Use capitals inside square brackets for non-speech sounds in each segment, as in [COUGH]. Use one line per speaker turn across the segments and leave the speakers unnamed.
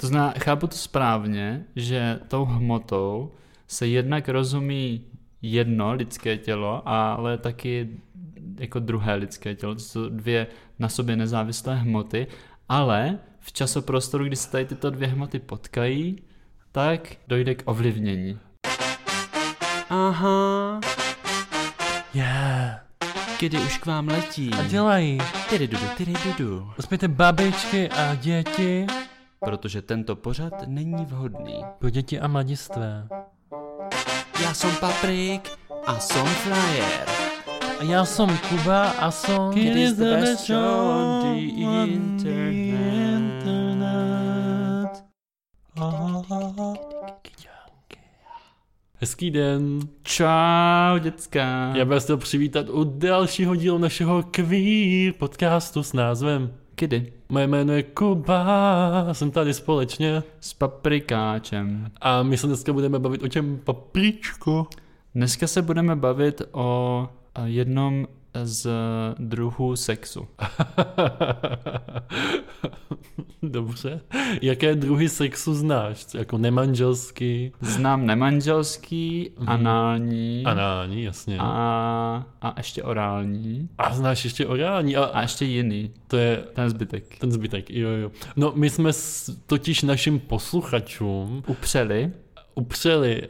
To zná, chápu to správně, že tou hmotou se jednak rozumí jedno lidské tělo, ale taky jako druhé lidské tělo, to jsou dvě na sobě nezávislé hmoty, ale v časoprostoru, kdy se tady tyto dvě hmoty potkají, tak dojde k ovlivnění.
Aha,
Yeah.
kdy už k vám letí.
A dělají.
Tyry dudu, tyry dudu.
Uspějte babičky a děti.
Protože tento pořad není vhodný.
Pro děti a mladistvé.
Já jsem Paprik a jsem Flyer.
A já jsem Kuba a jsem...
It is the best show on the internet.
Hezký den.
Čau, děcka.
Já bych vás chtěl přivítat u dalšího dílu našeho queer podcastu s názvem
Kdy?
Moje jméno je Kuba, jsem tady společně
S paprikáčem.
a my se dneska budeme bavit o čem papričku.
Dneska se budeme bavit o eh, jednom z druhů sexu.
[LAUGHS] Dobře. Jaké druhy sexu znáš? Co, Jako nemanželský,
Znám nemanželský,
Mhm.
anální
anální, jasně.
a, a ještě orální
A znáš ještě orální, a
a ještě jiný,
to je
ten zbytek.
ten zbytek, jo, jo. No, my jsme s- totiž našim posluchačům
Upřeli
upřeli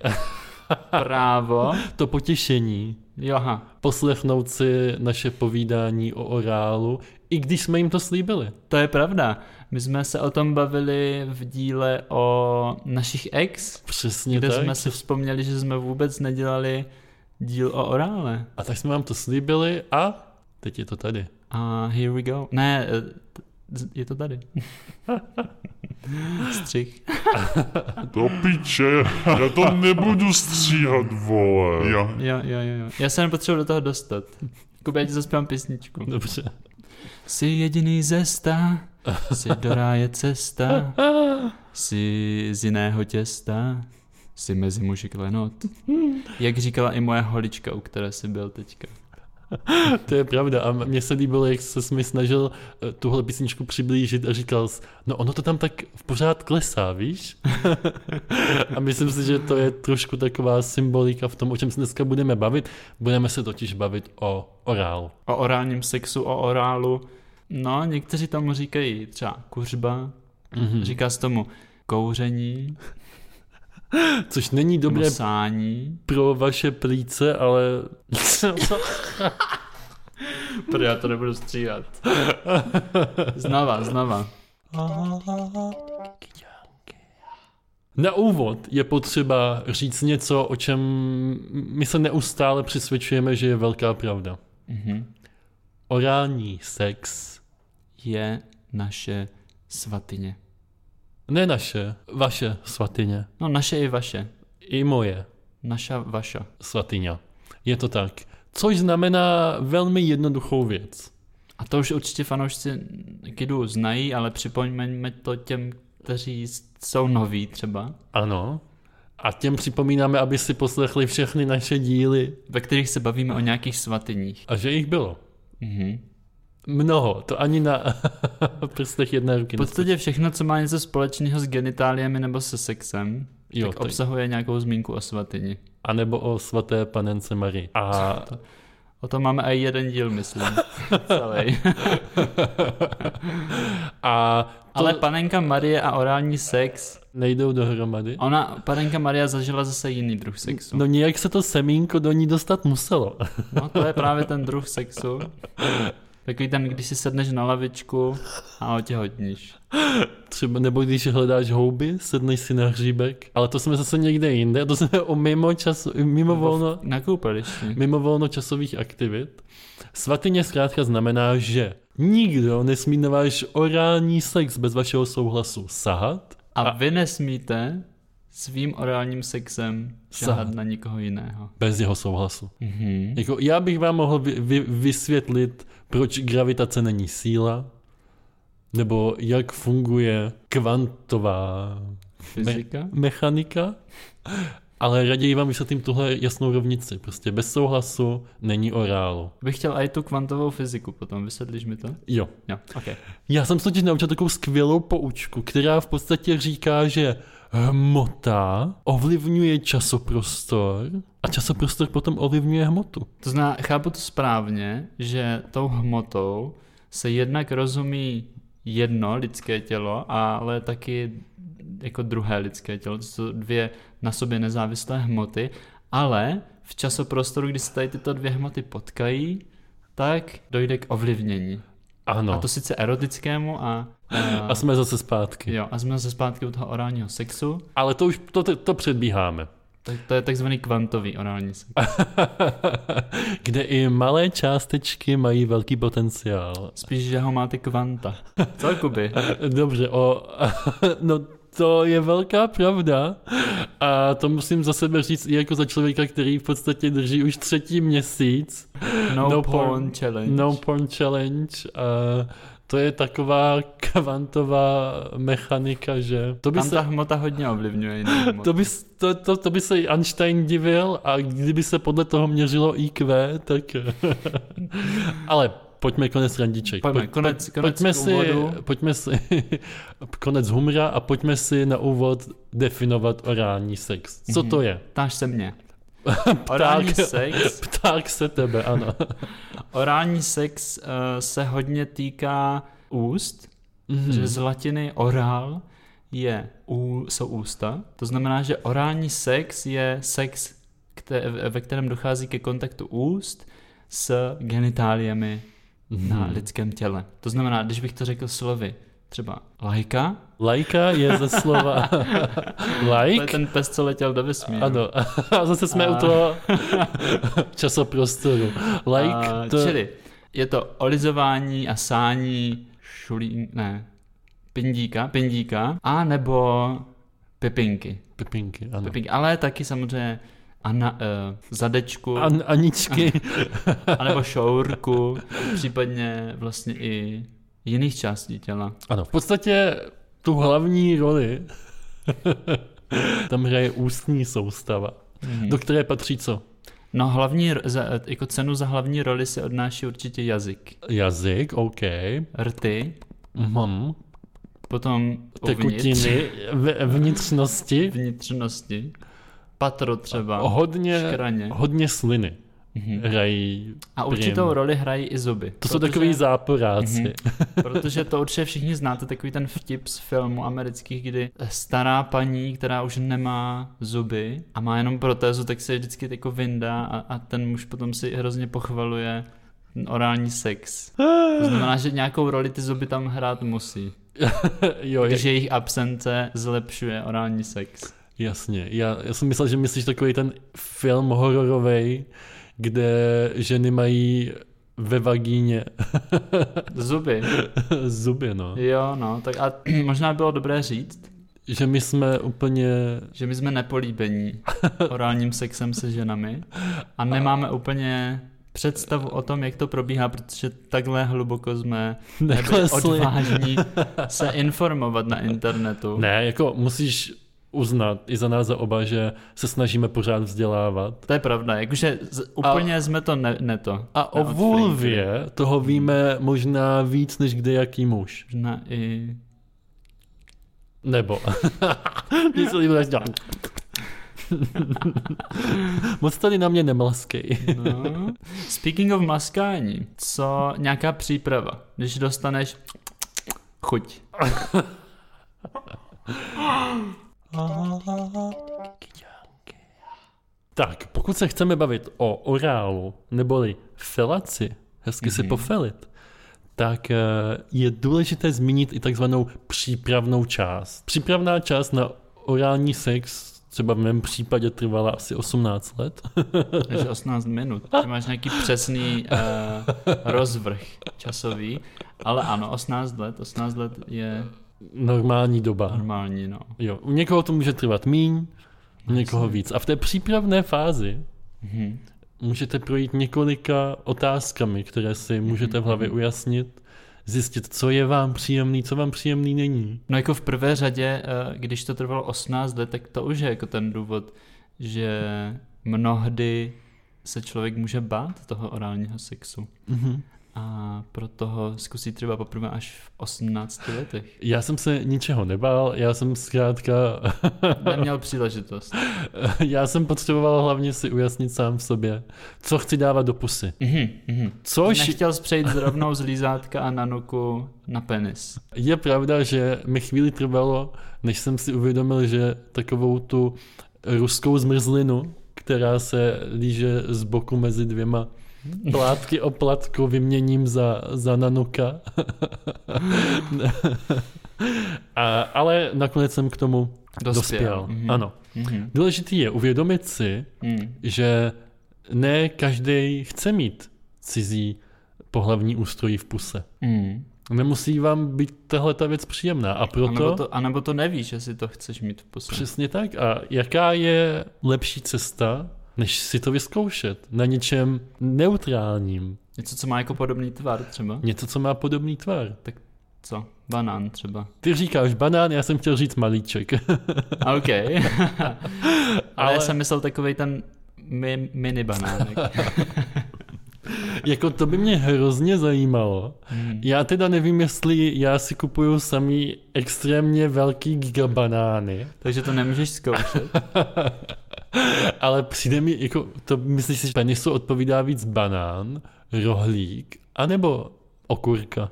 [LAUGHS]
právo,
to potěšení
joha,
poslechnout si naše povídání o orálu, i když jsme jim to slíbili.
to je pravda. My jsme se o tom bavili v díle o našich ex,
Přesně
kde
tak.
jsme si vzpomněli, že jsme vůbec nedělali díl o orále.
A tak jsme vám to slíbili a teď je to tady.
A here we go. Ne, eh, t- z- je to tady. Střih.
Do piče, já to nebudu stříhat, vole. Já,
Jo, jo, jo, jo. Já se nepotřebuji do toho dostat. Kuba, já ti zaspívám písničku.
Dobře.
Jsi jediný ze sta, jsi do ráje cesta, jsi z jiného těsta, jsi mezi muži klenot. Jak říkala i moje holička, u které jsi byl teďka.
To je pravda a mně se líbilo, jak se mi snažil eh, tuhle písničku přiblížit a říkal jsi, no ono to tam tak v pořád klesá, víš? [LAUGHS] a myslím si, že to je trošku taková symbolika v tom, o čem se dneska budeme bavit. Budeme se totiž bavit o orálu.
O orálním sexu, o orálu. No, někteří tomu říkají třeba kuřba,
Mhm.
říká se tomu kouření,
Což není
nebo
dobré
sání.
pro vaše plíce, ale... [LAUGHS]
Prý já to nebudu stříhat. [LAUGHS] Znova, znova.
Na úvod je potřeba říct něco, o čem my se neustále přesvědčujeme, že je velká pravda.
Mhm.
Orální sex
Je naše svatyně.
Ne naše, vaše svatyně.
No naše i vaše.
I moje
Naša, vaša.
svatyně. Je to tak. Což znamená velmi jednoduchou věc.
A to už určitě fanoušci Kidu znají, ale připomeňme to těm, kteří s- jsou noví třeba,
Ano. A těm připomínáme, aby si poslechli všechny naše díly
ve kterých se bavíme o nějakých svatyních.
a že jich bylo.
Mhm.
Mnoho, to ani na [LAUGHS] prstech jedné
V
ruky.
podstatě všechno, co má něco společného s genitáliemi nebo se sexem,
Jo,
tak
tak.
obsahuje nějakou zmínku o svatyni.
A nebo o svaté panence Marii. A
O tom máme i jeden díl, myslím.
[LAUGHS]
Celý.
a to
Ale panenka Marie a orální sex,
nejdou dohromady.
ona, panenka Maria zažila zase jiný druh sexu.
No nějak se to semínko do ní dostat muselo.
No to je právě ten druh
[LAUGHS]
sexu. Takový ten, když si sedneš na lavičku a otěhotníš.
Třeba, nebo když hledáš houby, sedneš si na hříbek. Ale to jsme zase někde jinde, to jsme o mimo čas, mimo volno,
Na koupališti.
mimo volno časových aktivit. Svatyně zkrátka znamená, že nikdo nesmí na váš orální sex bez vašeho souhlasu sahat.
A vy nesmíte svým orálním sexem
Sahat.
šahat na nikoho jiného.
Bez jeho souhlasu.
Mhm.
Jako já bych vám mohl vy, vy, vysvětlit, proč gravitace není síla, nebo jak funguje kvantová
Fyzika?
mechanika, Ale raději vám vysvětlím tuhle jasnou rovnici. Prostě bez souhlasu není orálu.
Bych chtěl i tu kvantovou fyziku potom, vysvětlíš mi to?
Jo.
Jo, ok.
Já jsem se totiž naučil takovou skvělou poučku, která v podstatě říká, že hmota ovlivňuje časoprostor a časoprostor potom ovlivňuje hmotu.
To zná, chápu to správně, že tou hmotou se jednak rozumí jedno lidské tělo, ale taky jako druhé lidské tělo. To jsou dvě na sobě nezávislé hmoty, ale v časoprostoru, kdy se tady tyto dvě hmoty potkají, tak dojde k ovlivnění.
Ano.
A to sice erotickému [LAUGHS] a... eh,
a jsme zase zpátky.
Jo, a jsme se zpátky u toho orálního sexu,
Ale to už to, to, to předbíháme. [LAUGHS]
tak to je takzvaný kvantový orální sex.
Kde i malé částečky mají velký potenciál.
Spíš, že ho máte kvanta. Co, Kuby?
Dobře, o, [LAUGHS] no to je velká pravda a to musím za sebe říct i jako za člověka, který v podstatě drží už třetí měsíc
[LAUGHS] No,
No
no
porn.
porn, challenge.
No Porn Challenge a to je taková kvantová mechanika, že to by
Tam
se...
ta hmota hodně ovlivňuje jinou hmotu.
[LAUGHS] To by, s- to, to, to by se i Einstein divil a kdyby se podle toho měřilo IQ, tak... [LAUGHS] Ale pojďme konec randiček.
Pojďme,
Pojď-
konec- konec
pojďme,
k
si,
úvodu.
pojďme si... [LAUGHS] konec humra a pojďme si na úvod definovat orální sex. Co to je?
Ptáš se
[LAUGHS]
mě. Orální sex,
Pták se tebe, ano.
orální sex uh, se hodně týká úst,
Mhm.
mm-hmm. že z latiny orál je, ú, jsou ústa. To znamená, že orální sex je sex, kte, ve kterém dochází ke kontaktu úst s genitáliemi
Mhm.
mm-hmm. na lidském těle. To znamená, když bych to řekl slovy, třeba lajka,
Lajka je ze
[LAUGHS]
slova... Like?
to je ten pes, co letěl do vesmíru.
Ano, a zase jsme
A-
u toho [LAUGHS] časoprostoru. Like,
A
to,
Čili je to olizování a sání šulí, ne, pindíka, pindíka, a nebo pipinky.
Pepinky, ano.
pipinky. Ale taky samozřejmě ana, uh, zadečku,
An, [LAUGHS] Aničky,
anebo šourku, případně vlastně i jiných částí těla.
ano. V podstatě tu hlavní roli [LAUGHS] tam hraje ústní soustava, mm-hmm. do které patří co?
No hlavní, r- za, jako cenu za hlavní roli si odnáší určitě jazyk.
Jazyk, OK.
Rty, Hm,
Mám
potom uvnitř,
tekutiny, v, vnitřnosti,
vnitřnosti, patro třeba,
hodně,
škraně. Mhm.
hodně sliny hrají.
A
prim.
určitou roli Mhm. hrají i zuby.
To jsou takový záporáci.
Protože to určitě všichni znáte, takový ten vtip z filmu amerických, kdy stará paní, která už nemá zuby a má jenom protézu, tak se je vždycky jako vyndá a, a ten muž potom si hrozně pochvaluje ten orální sex. To znamená, že nějakou roli ty zuby tam hrát musí.
[LAUGHS] jo, je,
Když jejich absence zlepšuje orální sex.
Jasně, já, já jsem myslel, že myslíš takový ten film hororový, kde ženy mají ve vagíně [LAUGHS]
Zuby.
zuby, no.
Jo, no, tak a [CLEARS THROAT] možná bylo dobré říct,
Že my jsme úplně...
že my jsme nepolíbení orálním sexem se ženami a nemáme úplně představu o tom, jak to probíhá, protože takhle hluboko jsme nebyli
Neklesli.
odvážní se informovat na internetu.
Ne, jako musíš uznat i za nás za oba, že se snažíme pořád vzdělávat.
To je pravda, jakože z, úplně jsme to ne, ne to.
A o
Neodflinkli.
vulvě toho víme možná víc než kdejaký muž.
Možná i...
[LAUGHS] Nebo. Mně se líbilo, jak dělám. [LAUGHS] Moc tady na mě nemlaskej.
No. Speaking of maskání, co nějaká příprava, když dostaneš chuť.
Tak, pokud se chceme bavit o orálu, neboli felaci, hezky mm-hmm. si pofelit, tak eh, je důležité zmínit i takzvanou přípravnou část. Přípravná část na orální sex třeba v mém případě trvala asi 18 let.
Takže 18 minut. Ty máš nějaký přesný uh, rozvrh časový, ale ano, 18 let, 18 let je
Normální doba.
normální, no.
Jo, u někoho to může trvat míň, u někoho víc. A v té přípravné fázi
Mhm.
můžete projít několika otázkami, které si můžete v hlavě ujasnit, zjistit, co je vám příjemný, co vám příjemný není.
No jako v prvé řadě, eh, když to trvalo 18 let, tak to už je jako ten důvod, že mnohdy se člověk může bát toho orálního sexu.
Mm-hmm.
A proto ho zkusí třeba poprvé až v 18 letech.
Já jsem se ničeho nebál, já jsem zkrátka, [LAUGHS]
Neměl příležitost.
já jsem potřeboval hlavně si ujasnit sám v sobě, co chci dávat do pusy.
Mhm, mhm.
Což
Nechtěl spřejít rovnou z lízátka a na nuku na penis.
je pravda, že mi chvíli trvalo, než jsem si uvědomil, že takovou tu ruskou zmrzlinu, která se líže z boku mezi dvěma plátky o platku vyměním za, za nanuka. [LAUGHS] A, ale nakonec jsem k tomu dospěl.
Mhm,
Ano.
mhm,
Důležitý je uvědomit si,
mhm.
že ne každý chce mít cizí pohlavní ústrojí v puse.
Mhm.
Nemusí vám být tahle ta věc příjemná a
A nebo
proto
to, a nebo to nevíš, jestli to chceš mít v puse.
přesně tak. A jaká je lepší cesta, než si to vyzkoušet na něčem neutrálním,
Něco, co má jako podobný tvar třeba?
něco, co má podobný tvar.
Co? Banán třeba.
Ty říkáš banán, já jsem chtěl říct malíček. [LAUGHS]
A OK. Ale, Ale já
Ale-
jsem myslel takovej ten mi, mini
[LAUGHS]
banánek.
jako to by mě hrozně zajímalo.
Hmm.
Já teda nevím, jestli já si kupuju samý extrémně velký gigabanány,
Takže to nemůžeš zkoušet.
Ale přijde mi, jako, to myslíš si, že penisu odpovídá víc banán, rohlík, anebo okurka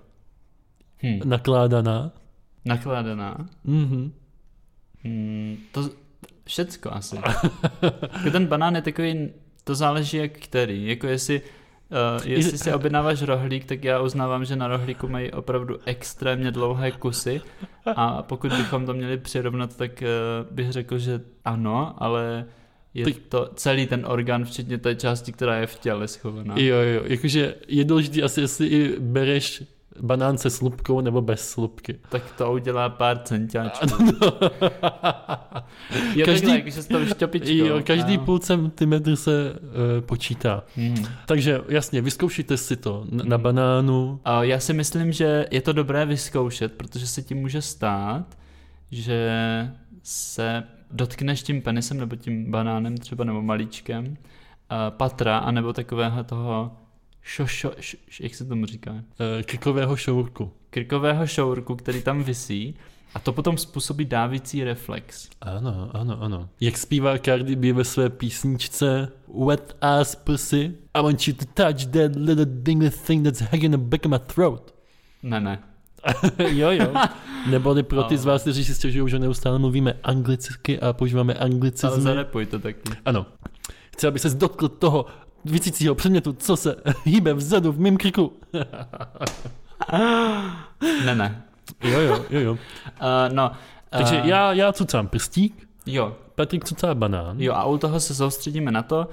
Hmm.
nakládaná?
Nakládaná.
Mhm.
Hmm, to všecko asi. [LAUGHS] Jako ten banán je takový, to záleží jak který. Jako jestli, uh, jestli si objednáváš rohlík, tak já uznávám, že na rohlíku mají opravdu extrémně dlouhé kusy a pokud bychom to měli přirovnat, tak uh, bych řekl, že ano, ale je
Tak-
to celý ten orgán, včetně té části, která je v těle schovaná.
Jo, jo, jakože je důležité asi, jestli i bereš banán se slupkou nebo bez slupky.
Tak to udělá pár centiáčků.
[LAUGHS] No.
Jo, každý,
každý-
takhle, jakože s tou šťopičkou. no.
jo, každý
Ano.
půl centimetr se uh, počítá.
Mhm.
Takže jasně, vyzkoušejte si to na, na banánu.
A Já si myslím, že je to dobré vyzkoušet, protože se tím může stát, že se dotkneš tím penisem nebo tím banánem třeba nebo malíčkem a patra a nebo takového toho šo, šo, š, š- jak se tomu říká,
Uh, krkového šourku.
krkového šourku, který tam visí a to potom způsobí dávící reflex.
Ano, ano, ano. Jak zpívá Cardi B ve své písničce Wet ass pussy I want you to touch that little dingy thing that's hanging in the back of my throat.
Ne, ne.
[LAUGHS] jo, jo. Neboli pro ty z vás, kteří si stěžují, že neustále mluvíme anglicky a používáme
Ale
anglicizmy.
zarepuj to taky.
Ano. Chci, aby se dotkl toho vicícího předmětu, co se [LAUGHS] hýbe vzadu v mém krku.
Ne, ne.
jo, jo, jo, [LAUGHS] jo.
Uh, no. eh,
Takže já, já cucám prstík,
Jo,
Patrik cucá banán.
jo, a u toho se soustředíme na to,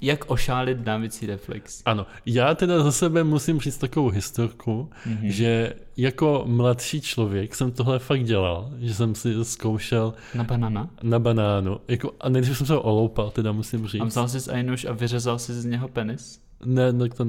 jak ošálit dávící reflex.
Ano, já teda za sebe musím říct takovou historku, mm-hmm. že jako mladší člověk jsem tohle fakt dělal, že jsem si zkoušel
Na banana?
na banánu, jako, a nejdřív jsem se ho oloupal, teda musím říct.
A vzal jsi aj nůž a vyřezal jsi z něho penis?
Ne, no to,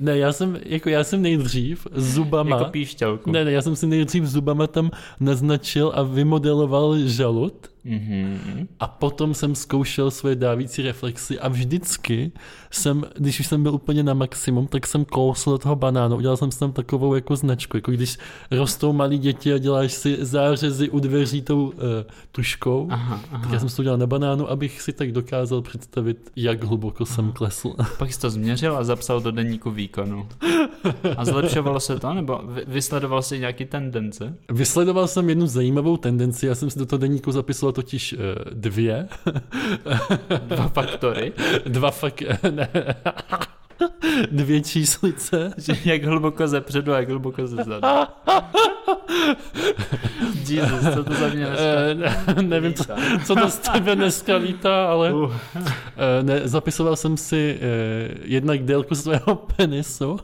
ne, já jsem, jako já jsem nejdřív zubama,
Jako píšťalku.
ne, ne, já jsem si nejdřív zubama tam naznačil a vymodeloval žalud,
Mhm.
A potom jsem zkoušel svoje dávící reflexy a vždycky jsem, když už jsem byl úplně na maximum, tak jsem kousl do toho banánu. Udělal jsem si tam takovou jako značku, jako když rostou malí děti a děláš si zářezy u dveří tou uh, tuškou.
Aha, aha.
Tak já jsem si to udělal na banánu, abych si tak dokázal představit, jak hluboko jsem klesl.
Pak jsi to změřil a zapsal do deníku výkonu. A zlepšovalo se to? Nebo vy- vysledoval jsi nějaký tendence?
Vysledoval jsem jednu zajímavou tendenci, já jsem si do toho deníku zapisoval totiž eh, dvě, [LAUGHS]
Dva faktory?
dva fakt, eh, ne, [LAUGHS] dvě číslice.
Že jak hluboko ze předu a jak hluboko ze zadu. Jesus, co to za mě dneska?
Eh, ne, nevím, co,
lítá?
co to z tebe dneska lítá, ale
Uh.
Eh, ne, zapisoval jsem si eh, jednak délku svého [LAUGHS] penisu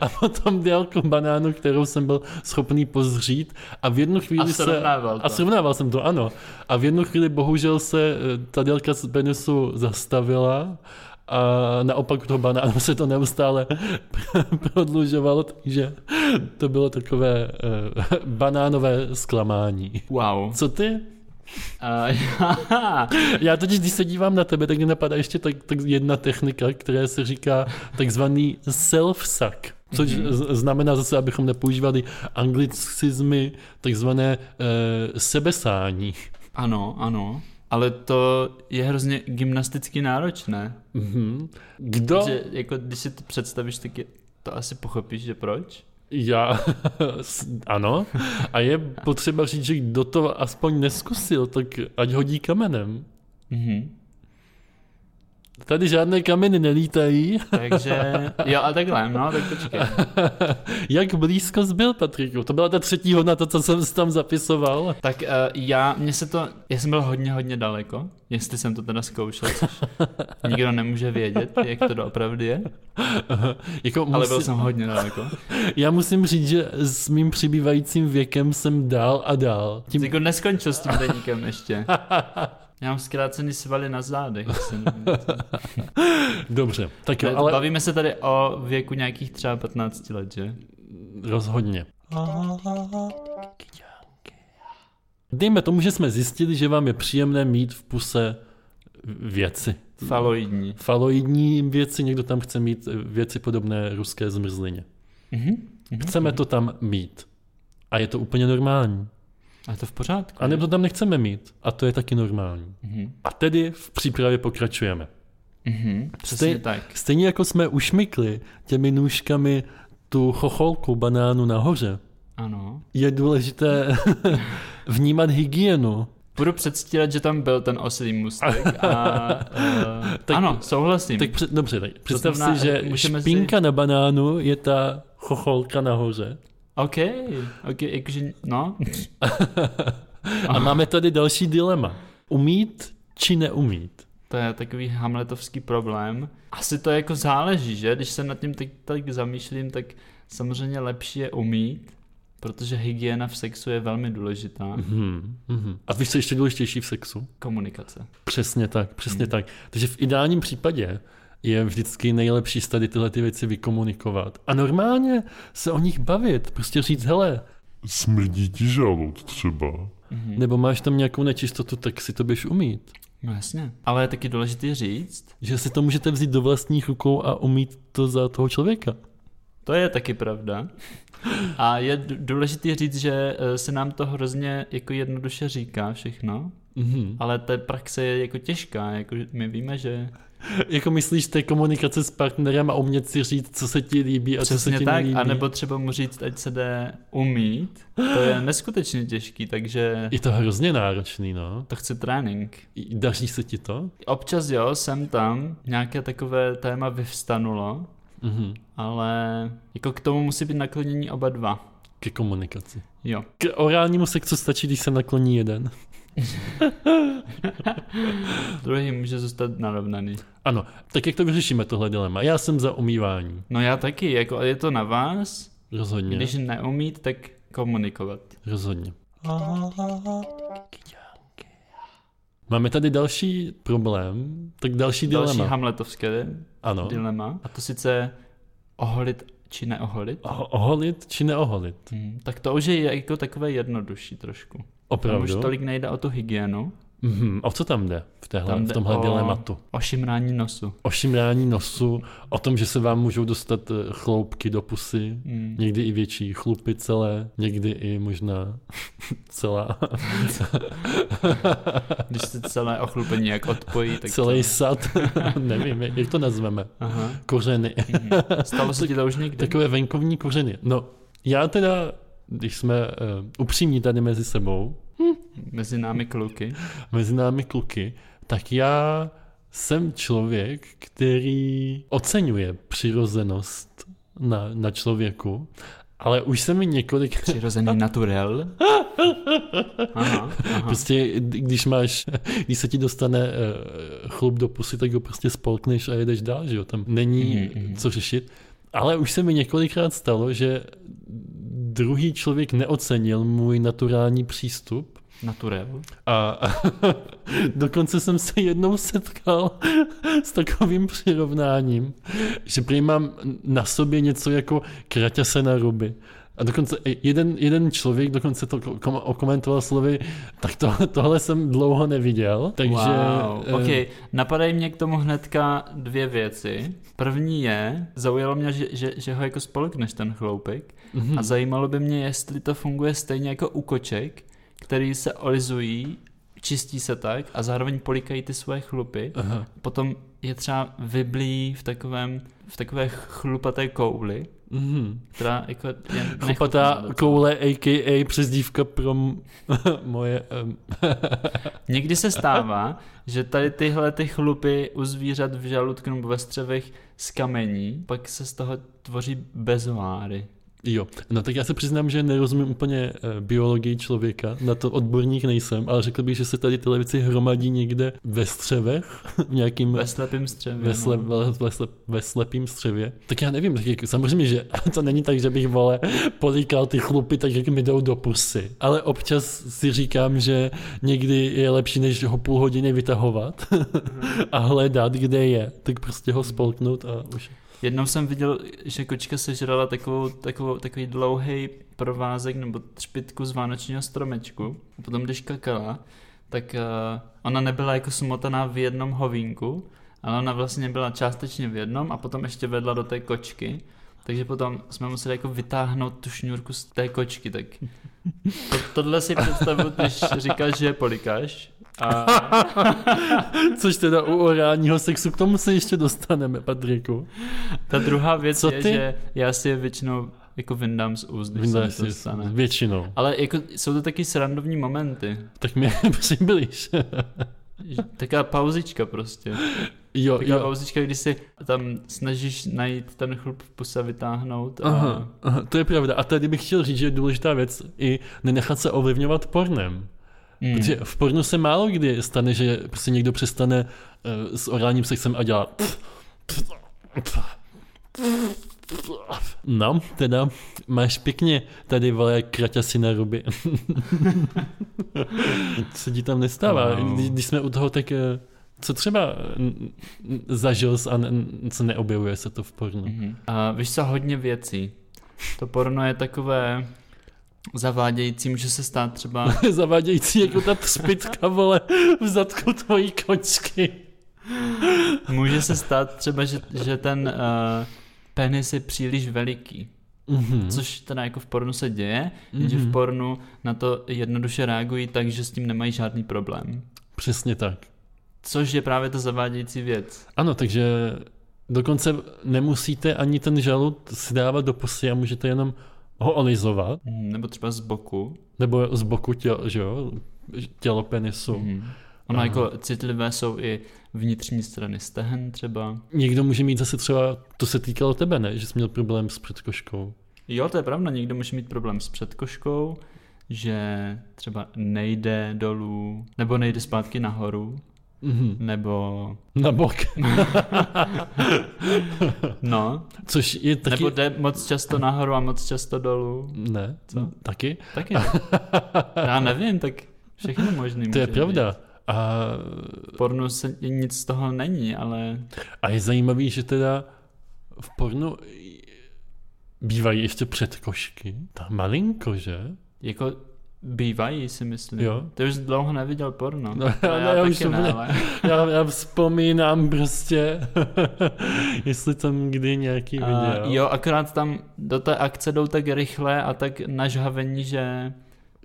a potom délku banánu, kterou jsem byl schopný pozřít a v jednu
A
chvíli se...
srovnával to.
A srovnával jsem to, ano. A v jednu chvíli bohužel se eh, ta délka z penisu zastavila a naopak u toho banánu [LAUGHS] se to neustále prodlužovalo, takže to bylo takové eh, banánové zklamání.
Wow. Eh,
Co ty?
A já,
Já totiž, když se dívám na tebe, tak mě napadá ještě tak, tak jedna technika, která se říká takzvaný self-suck. Což z- znamená zase, abychom nepoužívali anglicizmy, takzvané e, sebesání.
[LAUGHS] ano, ano. Ale to je hrozně gymnasticky náročné.
Mhm. Kdo?
Že, jako, když si to představíš, tak je, to asi pochopíš, že proč?
Já, [LAUGHS] s- ano. A je potřeba říct, že kdo to aspoň neskusil, tak ať hodí kamenem.
Mhm.
Tady žádné kameny nelítají. [LAUGHS]
Takže, jo a takhle, no, tak počkej.
Jak blízko jsi byl, Patriku? To byla ta třetí hodnota, co jsem si tam zapisoval.
Tak uh, já, mně se to, já jsem byl hodně, hodně daleko, jestli jsem to teda zkoušel, což nikdo nemůže vědět, jak to doopravdy je,
Jako
ale
musí-
byl jsem hodně daleko.
Já musím říct, že s mým přibývajícím věkem jsem dál a dál. Tím...
Jako neskončil s tím deníkem ještě. Já mám zkrácený svaly na zádech. jestli nevím.
Dobře, tak jo,
Ale...
ale
Bavíme se tady o věku nějakých třeba 15 let, že?
rozhodně. Dejme tomu, že jsme zjistili, že vám je příjemné mít v puse věci.
Faloidní.
Faloidní věci, někdo tam chce mít věci podobné ruské zmrzlině.
Mhm.
Chceme to tam mít. A je to úplně normální.
A to v pořádku.
A nebo to tam nechceme mít. A to je taky normální.
Mhm.
A tedy v přípravě pokračujeme.
Mhm. Přesně
Stej-
tak.
Stejně jako jsme ušmykli těmi nůžkami tu chocholku banánu nahoře,
Ano.
je důležité [LAUGHS] vnímat hygienu.
Budu předstírat, že tam byl ten oslý mustek
[LAUGHS]
a... Uh,
Tak-
tak, ano, souhlasím.
Tak před, dobře, tak představ
znamená,
si, že
můžeme si-
špinka na banánu je ta chocholka nahoře.
OK, OK, jakože, no.
A máme tady další dilema. Umít či neumít?
To je takový hamletovský problém. Asi to jako záleží, že? Když se nad tím tak, tak zamýšlím, tak samozřejmě lepší je umít, protože hygiena v sexu je velmi důležitá.
Hmm. mhm. A víš, co je ještě důležitější v sexu?
Komunikace.
Přesně tak, přesně
Hmm.
tak. Takže v ideálním případě je vždycky nejlepší tady tyhle ty věci vykomunikovat. A normálně se o nich bavit, prostě říct, hele,
Smrdí ti žalud třeba.
Hmm.
Nebo máš tam nějakou nečistotu, tak si to běž umít.
No jasně. Ale je taky důležité říct,
Že si to můžete vzít do vlastních rukou a umít to za toho člověka.
to je taky
[LAUGHS]
pravda. A je d- důležité říct, že eh, se nám to hrozně jako jednoduše říká všechno,
Mhm.
ale ta praxe je jako těžká, jako my víme, že
Jako myslíš té komunikace s partnerem a umět si říct, co se ti líbí a co se
Přesně
ti
tak,
nelíbí.
anebo třeba mu říct, ať se jde umít, to je neskutečně těžký, takže
Je to hrozně náročný, no.
to chce trénink.
Daří se ti to?
Občas jo, jsem tam, nějaké takové téma vyvstanulo,
Mhm.
ale jako k tomu musí být naklonění oba dva.
Ke komunikaci.
Jo.
K orálnímu sexu stačí, když se nakloní jeden.
Druhý může zůstat narovnaný.
Ano, tak jak to vyřešíme tohle dilema? Já jsem za umývání,
No já taky, jako a je to na vás,
rozhodně.
když neumít, tak komunikovat.
Rozhodně. Máme tady další problém, tak další dilema. No.
Další hamletovské
ano.
dilema, a to sice oholit či neoholit.
O- Oholit či neoholit?
Hmm, tak to už je jako takové jednodušší trošku. Tam už
Opravdu?
tolik nejde o tu hygienu,
Mhm. O co tam jde v, téhle,
Tam
v
jde
tomhle
o-
dilematu?
o šimrání nosu.
O šimrání nosu, o tom, že se vám můžou dostat eh, chloupky do pusy,
Mm.
někdy i větší chlupy celé, někdy i možná celá,
Když se celé ochlupení jak odpojí, tak
celý
to...
sad, [LAUGHS] nevím, jak to nazveme,
Aha.
kořeny.
Mhm. Stalo se ti to už někdy?
Takové venkovní kořeny. No, já teda, když jsme uh, upřímní tady mezi sebou,
Mezi námi kluky.
mezi námi kluky, tak já jsem člověk, který oceňuje přirozenost na, na člověku, ale už se mi několik...
Přirozený naturel. Aha, aha.
Prostě když máš, [LAUGHS] když se ti dostane eh, chlup do pusy, tak ho prostě spolkneš a jedeš dál, že jo, tam není
Mhm,
co řešit. Ale už se mi několikrát stalo, že druhý člověk neocenil můj naturální přístup
Naturel.
A [LAUGHS] dokonce jsem se jednou setkal s takovým přirovnáním, že prý mám na sobě něco jako kraťase na ruby. A dokonce jeden, jeden člověk dokonce to kom- okomentoval slovy, tak to, tohle jsem dlouho neviděl, takže...
Wow.
eh,
OK, napadají mě k tomu hnedka dvě věci. První je, zaujalo mě, že, že, že ho jako spolkneš ten chloupek
mhm.
mm-hmm.
Hmm.
a zajímalo by mě, jestli to funguje stejně jako u koček, který se olizují, čistí se tak a zároveň polikají ty svoje chlupy.
Aha.
Potom je třeba vyblí v takovém, v takové chlupaté kouli,
Mhm.
která jako je nechutná
Chlupatá
docela.
koule, a.k.a. přezdívka pro m- [LAUGHS] moje... em,
Někdy se stává,
[LAUGHS]
že tady tyhle ty chlupy u zvířat v žaludku nebo ve střevech z kamení, pak se z toho tvoří bezoáry.
Jo, no tak já se přiznám, že nerozumím úplně eh, biologii člověka, na to odborník nejsem, ale řekl bych, že se tady tyhle věci hromadí někde ve střevech, [LAUGHS] v nějakým
Ve slepém střevě.
ve, slep,
no.
ve, ve, slep, ve slepým střevě. Tak já nevím, tak jak, samozřejmě, že [LAUGHS] to není tak, že bych vole políkal ty chlupy tak, jak mi jdou do pusy. Ale občas si říkám, že někdy je lepší, než ho půl hodiny vytahovat [LAUGHS] a hledat, kde je. Tak prostě ho spolknout a už.
Jednou jsem viděl, že kočka sežrala takovou, takovou, takový dlouhý provázek nebo třpitku z vánočního stromečku. A potom, když kakala, tak uh, ona nebyla jako smotaná v jednom hovínku, ale ona vlastně byla částečně v jednom a potom ještě vedla do té kočky. Takže potom jsme museli jako vytáhnout tu šňůrku z té kočky, tak to, tohle si představu, když říkáš, že je polikáš. A
[LAUGHS] Což teda u orálního sexu, k tomu se ještě dostaneme, Patriku.
ta druhá věc
Co
je,
ty?
že já si je většinou jako vyndám z úst, když
Vyndáš
se mi to
si
stane.
většinou.
Ale jako jsou to taky srandovní momenty.
Tak [LAUGHS] mi přibyliš.
Taková pauzička prostě.
jo,
Taková
jo.
pauzička, kdy si tam snažíš najít ten chlup v puse vytáhnout. A...
Aha, aha, to je pravda. A tady bych chtěl říct, že je důležitá věc i nenechat se ovlivňovat pornem.
Mm.
Protože v pornu se málo kdy stane, že prostě někdo přestane uh, s orálním sexem a dělá... No, teda máš pěkně tady vole kraťasy na ruby. [LAUGHS] Co se ti tam nestává.
Wow.
Kdy- Když jsme u toho, tak eh, co třeba mm, mm, zažil jsi a ne- co neobjevuje se to v pornu? [LAUGHS]
Mhm. A víš co, hodně věcí. To porno je takové zavádějící, může se stát třeba...
zavádějící jako ta třpitka, vole, v zadku tvojí kočky.
Může se stát třeba, že, že ten uh, penis je příliš veliký.
Mm-hmm.
Což teda jako v pornu se děje, jenže
Mhm.
v pornu na to jednoduše reagují tak, že s tím nemají žádný problém.
Přesně tak.
Což je právě ta zavádějící věc.
Ano, takže dokonce nemusíte ani ten žalud si dávat do pusy a můžete jenom ho olizovat,
Mhm, Nebo třeba z boku.
nebo z boku tělo, že jo, tělo penisu. Mm-hmm.
Mhm. Ono jako citlivé jsou i vnitřní strany stehen třeba.
Někdo může mít zase třeba, to se týkalo tebe, ne? Že jsi měl problém s předkoškou.
Jo, to je pravda, někdo může mít problém s předkoškou, že třeba nejde dolů, nebo nejde zpátky nahoru, Mhm.
Mm-hmm.
nebo
[LAUGHS] Na bok.
no,
Což je taky...
nebo jde moc často nahoru a moc často dolů.
Ne, Mm,
Co?
taky.
Taky.
[LAUGHS]
ne. Já nevím, tak všechno možný.
To je
může
pravda. A
být. V pornu se nic z toho není, ale
A je zajímavý, že teda v pornu bývají ještě předkošky. Ta malinko, že?
jako bývají si myslím.
Jo.
Ty už dlouho neviděl porno.
No, [LAUGHS]
To
ne, já už
taky
úplně-
ne, ale...
Já, já vzpomínám prostě, [LAUGHS] jestli tam kdy nějaký viděl.
Uh, jo, akorát tam do té akce jdou tak rychle a tak nažhavení, že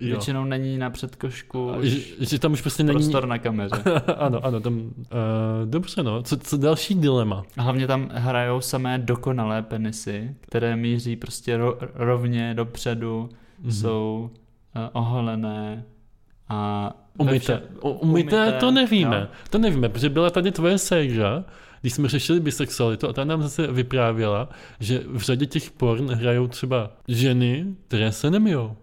jo.
jo.
většinou není na předkošku
A
už
Že, že tam už prostě není...
prostor na kameře.
[LAUGHS] ano, ano, tam... Uh, dobře, no. Co, co další dilema?
A Hlavně tam hrajou samé dokonalé penisy, které míří prostě ro- rovně dopředu,
Mhm.
mm-hmm. jsou uh, oholené a ve
Umyté.
vše-
U- Umyté
umyté,
to nevíme.
jo.
To nevíme, protože byla tady tvoje ségra, když jsme řešili bisexualitu a ta nám zase vyprávěla, že v řadě těch porn hrajou třeba ženy, které se nemijou.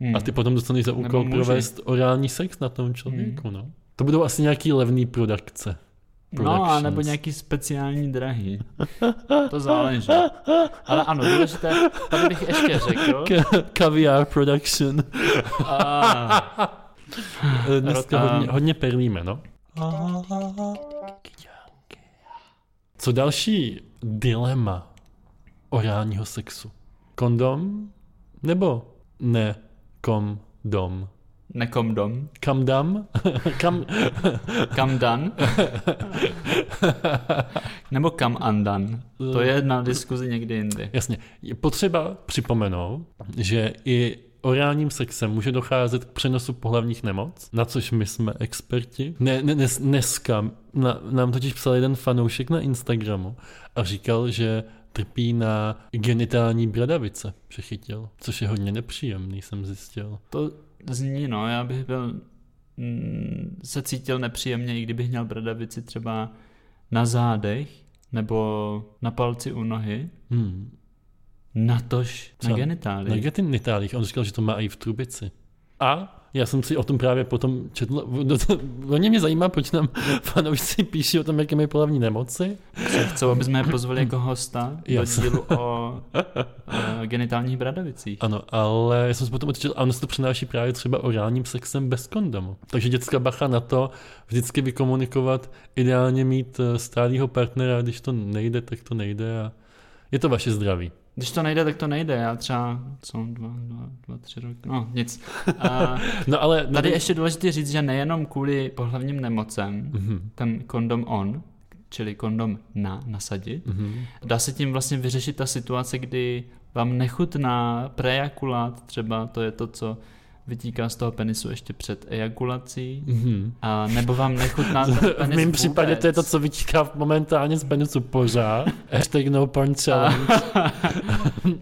Hmm.
A ty potom dostaneš za
Nebo
úkol
muži. Hmm.
provést orální sex na tom člověku, no. To budou asi nějaký levný produkce.
No a
Productions.
nebo nějaký speciální drahý. To záleží. Ale ano, důležité, tady bych ještě řekl.
K- kaviár production.
A...
Eh, Dneska
Rota.
hodně, hodně perlíme, no. Co další dilema orálního sexu? Kondom Nebo ne, kom, dom.
Nekom dom.
Kam dam? [LAUGHS] kam,
Kam dan. Nebo kam andan. To je na diskuzi někdy jindy.
Jasně. Je potřeba připomenout, že i orálním sexem může docházet k přenosu pohlavních nemoc, na což my jsme experti. Ne, ne, dnes, dneska na, nám totiž psal jeden fanoušek na Instagramu a říkal, že trpí na genitální bradavice, že chytil, což je hodně nepříjemný, jsem zjistil.
To zní, no, já bych byl, mm, se cítil nepříjemně, i kdybych měl bradavici třeba na zádech nebo na palci u nohy,
Hmm.
natož na
Co?
genitáliích.
Na genitálích, on říkal, že to má i v trubici. A já jsem si o tom právě potom četl, hodně mě zajímá, proč nám fanoušci píší o tom, jaké mají pohlavní nemoci.
Chcou, aby jsme je pozvali jako hosta do
Jasně.
dílu o e, genitálních bradavicích.
Ano, ale já jsem se potom odčetl, a ono se to přenáší právě třeba orálním sexem bez kondomu. Takže dětská bacha na to vždycky vykomunikovat, ideálně mít eh, stálýho partnera, když to nejde, tak to nejde a je to vaše zdraví.
Když to nejde, tak to nejde. Já třeba co, dva, dva, dva tři roky, no nic.
[LAUGHS]
A
No ale...
tady
no,
ještě důležité říct, že nejenom kvůli pohlavním nemocem,
Mhm,
ten kondom on, čili kondom na, nasadit,
mhm.
Dá se tím vlastně vyřešit ta situace, kdy vám nechutná prejakulát, třeba to je to, co vytíká z toho penisu ještě před ejakulací,
Mhm.
a nebo vám nechutná
[LAUGHS]
ten
V
penis
mém případě
vůbec.
to je to, co vytíká momentálně z
[LAUGHS]
penisu pořád. Hashtag no porn challenge.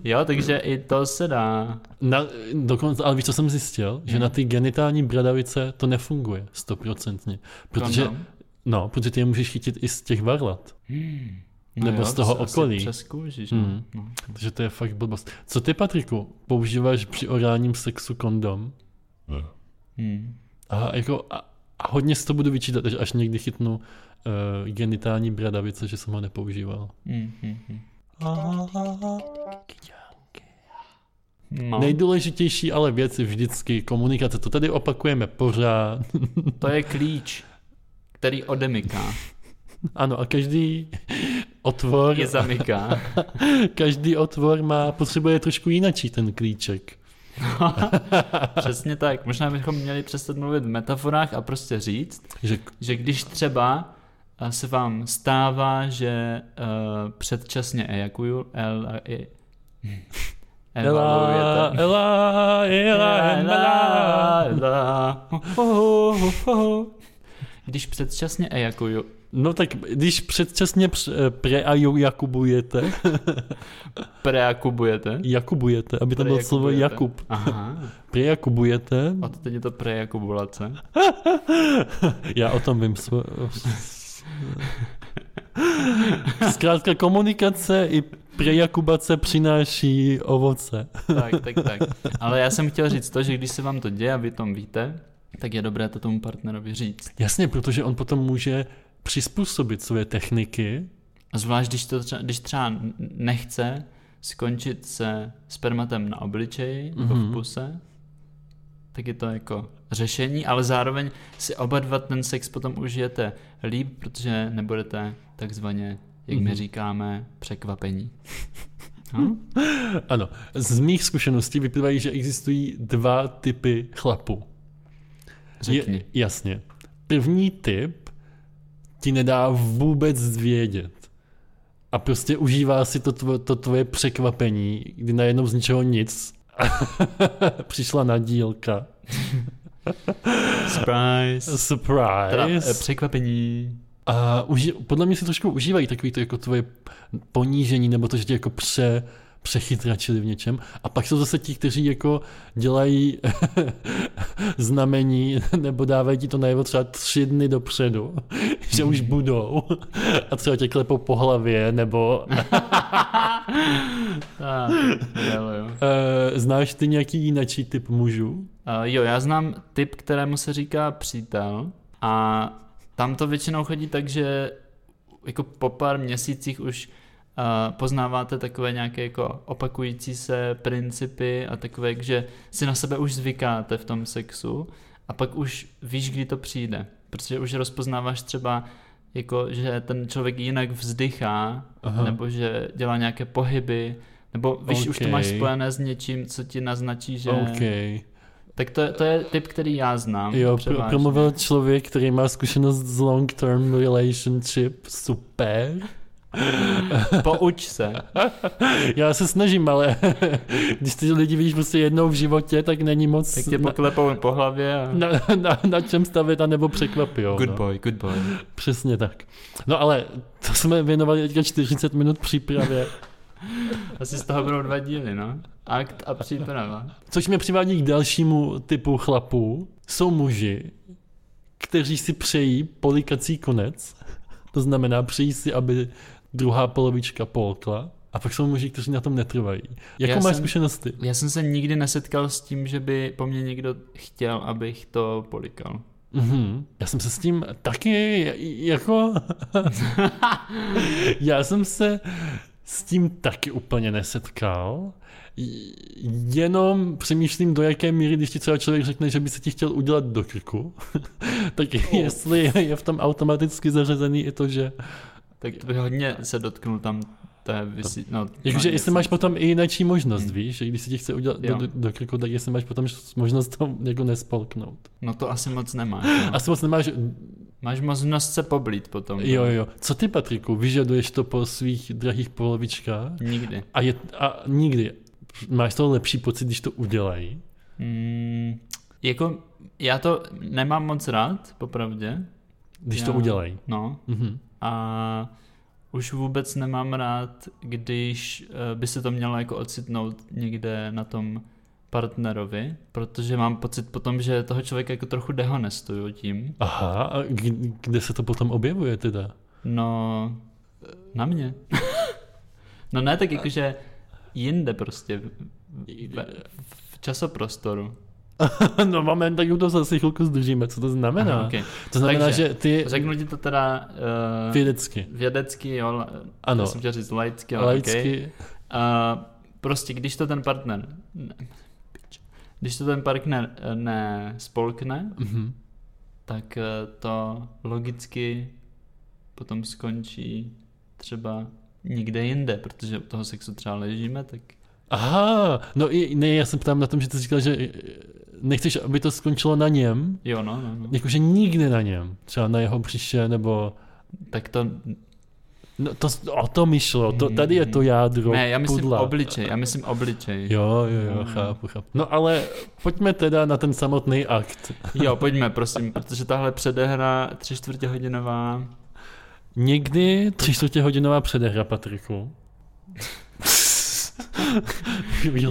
Jo, takže i to se dá.
Na, dokonce, ale víš, co jsem zjistil?
Mhm.
Že na ty genitální bradavice to nefunguje stoprocentně. Protože,
Kondom.
no, protože ty je můžeš chytit i z těch varlat.
No
nebo
jo,
z
to
toho
se asi
okolí.
Přeskoužíš,
Mhm.
no. no.
Takže to je fakt blbost. Co ty, Patriku, používáš při orálním sexu kondom?
Ne.
Hmm.
A, jako, a, a hodně si to budu vyčítat, že až někdy chytnu uh, genitální bradavice, že jsem ho nepoužíval.
Hmm, hmm, hmm. No,
Nejdůležitější ale věc je vždycky komunikace. To tady opakujeme pořád. [LAUGHS]
to je klíč, který odemyká,
Ano, a každý otvor,
je
[LAUGHS]
zamyká.
každý otvor má, potřebuje trošku jinačí ten klíček.
Přesně tak. Možná bychom měli přestat mluvit v metaforách a prostě říct,
Že
že když třeba eh, se vám stává, že uh, předčasně ejakuju, el, e,
Ela,
evaluujete.
Ela, Ela,
Ela,
Ela.
ela. Ho, ho, ho, ho, ho. Když předčasně ejakuju,
No tak když předčasně pře- eh, preaju Jakubujete,
prejakubujete.
Jakubujete, aby tam bylo slovo
Prejakubujete.
Jakub,
Aha,
prejakubujete,
od teď je to prejakubulace.
já o tom vím. sv- Zkrátka komunikace i prejakubace přináší ovoce.
Tak, tak, tak. Ale já jsem chtěl říct to, že když se vám to děje a vy tom víte, tak je dobré to tomu partnerovi říct.
Jasně, protože on potom může přizpůsobit své techniky.
A Zvlášť, když, to třeba, když třeba nechce skončit se spermatem na obličeji mm-hmm. nebo
Mhm.
v puse, tak je to jako řešení, ale zároveň si oba dva ten sex potom užijete líp, protože nebudete takzvaně, jak my
Mhm.
říkáme,
[LAUGHS]
překvapení. Hm?
Ano, z mých zkušeností vyplývají, že existují dva typy chlapů.
Řekni.
Je, jasně. První typ ti nedá vůbec vědět. A prostě užívá si to, tvo, to tvoje překvapení, kdy najednou z ničeho nic [LAUGHS] přišla nadílka.
Surprise. Teda, eh,
Surprise. [LAUGHS]
překvapení.
A uži, podle mě si trošku užívají takový to jako tvoje ponížení, nebo to, že tě jako pře, přechytračili v něčem. A pak jsou zase ti, kteří jako dělají [LAUGHS] znamení, nebo dávají ti to najevo třeba tři dny dopředu, [LAUGHS] že už budou. A třeba tě klepou po hlavě, nebo
Tak, jo, Ah, jo.
eh, znáš ty nějaký jinačí typ mužů?
Uh, jo, já znám typ, kterému se říká přítel a tam to většinou chodí tak, že jako po pár měsících už uh, poznáváte takové nějaké jako opakující se principy a takové, že si na sebe už zvykáte v tom sexu a pak už víš, kdy to přijde, protože už rozpoznáváš třeba jako, že ten člověk jinak vzdychá
Aha.
nebo že dělá nějaké pohyby Nebo víš, už to
OK.
máš spojené s něčím, co ti naznačí, že...
OK.
Tak to, je- to je typ, který já znám.
Jo, pro,
převážně.
promluvil člověk, který má zkušenost s long-term relationship. Super.
[LAUGHS] Pouč se.
Já se snažím, ale [LAUGHS] když ty lidi vidíš prostě jednou v životě, tak není
[LAUGHS]
moc
Tak tě
na,
poklepou po hlavě a...
na, na, na čem stavit a nebo překvapil.
Good
no.
boy, good boy.
Přesně tak. No ale to jsme věnovali teďka 40 minut přípravě,
Asi z toho budou dva díly, no. Akt a příprava.
což mě přivádí k dalšímu typu chlapů. Jsou muži, kteří si přejí polikací konec, to znamená přejí si, aby druhá polovička polkla, a pak jsou muži, kteří na tom netrvají. Jakou
Já
máš
jsem-
zkušenosti?
Já jsem se nikdy nesetkal s tím, že by po mně někdo chtěl, abych to polikal.
Mhm. Já jsem se s tím taky j- jako... [LAUGHS] Já jsem se s tím taky úplně nesetkal. J- Jenom přemýšlím, do jaké míry, když ti třeba člověk řekne, že by se ti chtěl udělat do krku, [LAUGHS] tak jestli je v tom automaticky zařazený i to, že...
Tak to by hodně se dotknul tam té vysí... No,
Jakože
no,
jestli máš potom i jináčí možnost, víš, že když se ti chce udělat do,
Jo.
do, do krku, tak jestli máš potom možnost to jako nespolknout.
No to asi moc nemáš. No.
Asi moc nemáš
Máš možnost se poblít potom. no.
Jo, jo. Co ty, Patriku, vyžaduješ to po svých drahých polovičkách?
Nikdy.
A, je, a nikdy. Máš to lepší pocit, když to udělají?
Mm, jako já to nemám moc rád, popravdě.
Když
Já-
to udělají.
No.
Mhm.
A už vůbec nemám rád, když eh, by se to mělo jako ocitnout někde na tom partnerovi, protože mám pocit potom, že toho člověka jako trochu dehonestuju tím.
Aha, a k- kde se to potom objevuje teda? [LAUGHS]
No, na mě. [LAUGHS] no ne, tak jakože jinde prostě, v, v, v časoprostoru.
no moment, tak to zase chvilku zdržíme. Co to znamená?
Aha, okay.
To znamená,
Takže-
že ty
Řeknu ti to teda eh,
vědecky,
vědecky, jo, la-
Ano.
já jsem chtěl říct laicky, ale laicky. Okay.
No. laicky,
A prostě když to ten partner, ne, pič. když to ten partner eh, nespolkne,
mhm.
tak eh, to logicky potom skončí třeba někde jinde, protože u toho sexu třeba ležíme, tak
Aha, no i ne, já se ptám na tom, že ty jsi říkal, že eh, nechceš, aby to skončilo na něm,
jo, no, no, no.
jakože nikdy na něm, třeba na jeho břiše, nebo
Tak to,
No to, o to mi šlo, to, tady je to jádro.
Hmm. ne, já myslím Hmm.
pudla.
obličej, já myslím obličej. Jo.
Jo, jo, jo, chápu, chápu. No ale pojďme teda na ten samotný akt.
jo, pojďme, prosím, protože tahle předehra tři čtvrtě hodinová
Někdy tři čtvrtě hodinová předehra, Patriku. Jo.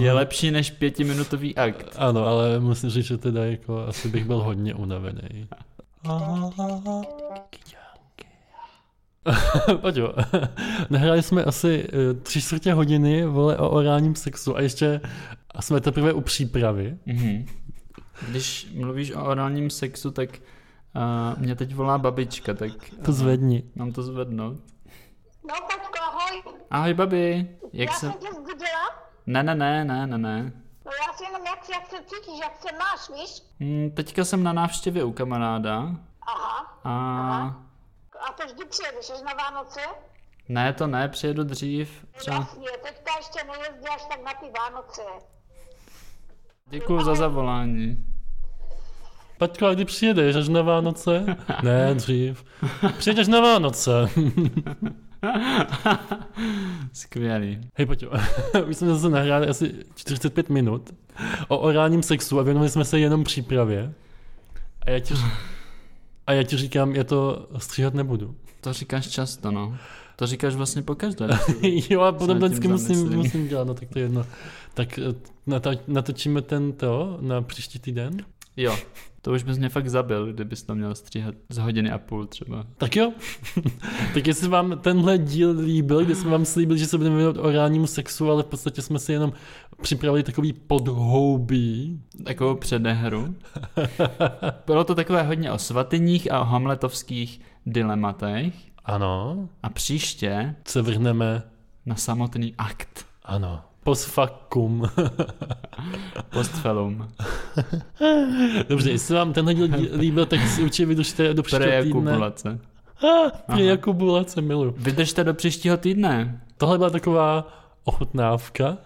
[LAUGHS] je lepší než pětiminutový akt.
Ano, ale musím říct, že teda jako asi bych byl hodně unavený. [LAUGHS] Paťo, nahráli jsme asi eh, tři čtvrtě hodiny vole o orálním sexu a ještě a jsme teprve u přípravy.
Mhm. Když mluvíš o orálním sexu, tak uh, mě teď volá babička, tak
To
eh,
zvedni.
mám to zvednout.
No, Paťko, ahoj.
Ahoj babi, jak
já
se...
jsem tě zbudila.
Ne, ne, ne, ne, ne, ne.
No, já si jenom, jak, jak se cítíš, jak se máš, víš?
Hm, teďka jsem na návštěvě u kamaráda
Aha.
a...
A to vždy přijedeš, až na Vánoce?
Ne, to ne, přijedu dřív. Třeba...
Jasně, teďka ještě nejezdí až tak na ty Vánoce.
Děkuju za zavolání. [LAUGHS]
Paťko, a kdy přijedeš? Až na [LAUGHS] Vánoce? Ne, dřív. Přijedeš na Vánoce. [LAUGHS]
Skvělý.
Hej, Paťo, [LAUGHS] už jsme zase nahráli asi 45 minut o orálním sexu a věnovali jsme se jenom přípravě. A já ti, ř- a já ti říkám, já to stříhat nebudu. [LAUGHS]
To říkáš často, no. To říkáš vlastně pokaždé.
jo, a potom
tím
vždycky musím,
zamyslím.
musím dělat, no tak to je jedno. Tak eh, nata- natočíme tento na příští týden.
Jo, to už bys mě fakt zabil, kdybys to měl stříhat z hodiny a půl třeba.
Tak jo. [LAUGHS] tak jestli vám tenhle díl líbil, kde jsme vám slíbili, že se budeme věnovat orálnímu sexu, ale v podstatě jsme si jenom připravili takový podhoubí.
takovou
[LAUGHS]
předehru. Bylo to takové hodně o svatyních a o hamletovských dilematech.
Ano.
A příště
Se vrhneme.
na samotný akt.
Ano. Posfakum.
Postfelum.
[LAUGHS] Dobře, jestli vám tenhle díl dí- líbil, tak si určitě vydržte do příštího [LAUGHS] týdne. Ah,
Prejakubulace.
Pre Jakubulace, miluju.
Vydržte do příštího týdne.
Tohle byla taková ochutnávka,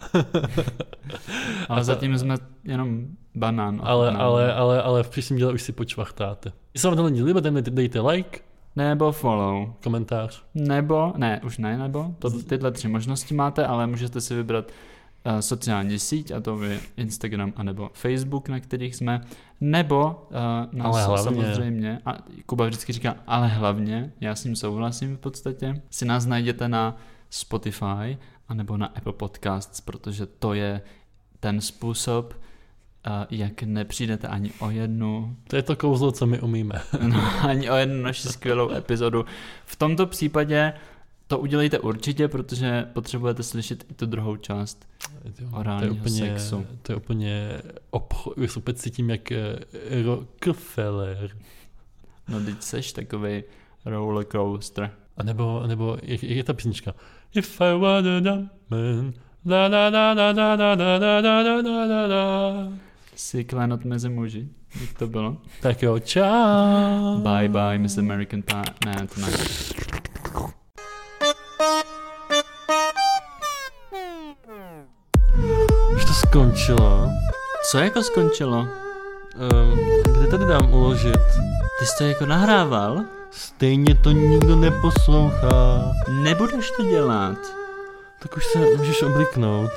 Ale zatím jsme jenom banán.
ale,
ochutnali.
ale, ale, ale v příštím díle už si počvachtáte. Jestli se vám tenhle díl líbil, dejme- dejte like,
Nebo follow.
komentář.
Nebo, ne, už ne nebo, to, tyhle tři možnosti máte, ale můžete si vybrat eh, sociální síť, a to je Instagram anebo Facebook, na kterých jsme, nebo uh, nás
Ale hlavně.
samozřejmě, a Kuba vždycky říká, ale hlavně, já s ním souhlasím v podstatě, si nás najdete na Spotify anebo na Apple Podcasts, protože to je ten způsob, eh, jak nepřijdete ani o jednu
To je to kouzlo, co my umíme.
[LAUGHS] No, ani o jednu naši skvělou epizodu. V tomto případě to udělejte určitě, protože potřebujete slyšet i tu druhou část.
to je
Orálního
úplně,
sexu.
To je úplně obchod, už se opět cítím jak eh, Rockefeller.
No teď seš takovej roller coaster.
A nebo, nebo jak, jak je ta písnička? If I want a man, na na na na na na na na na na na na na
Si klenot mezi muži. Jak to bylo?
Tak jo, čau.
Bye bye, Miss American Pie. Ne, to ne.
Už to skončilo.
Co jako skončilo?
Um, kde tady dám uložit?
Ty jsi to jako nahrával?
Stejně to nikdo neposlouchá.
Nebudeš to dělat.
Tak už se můžeš obliknout.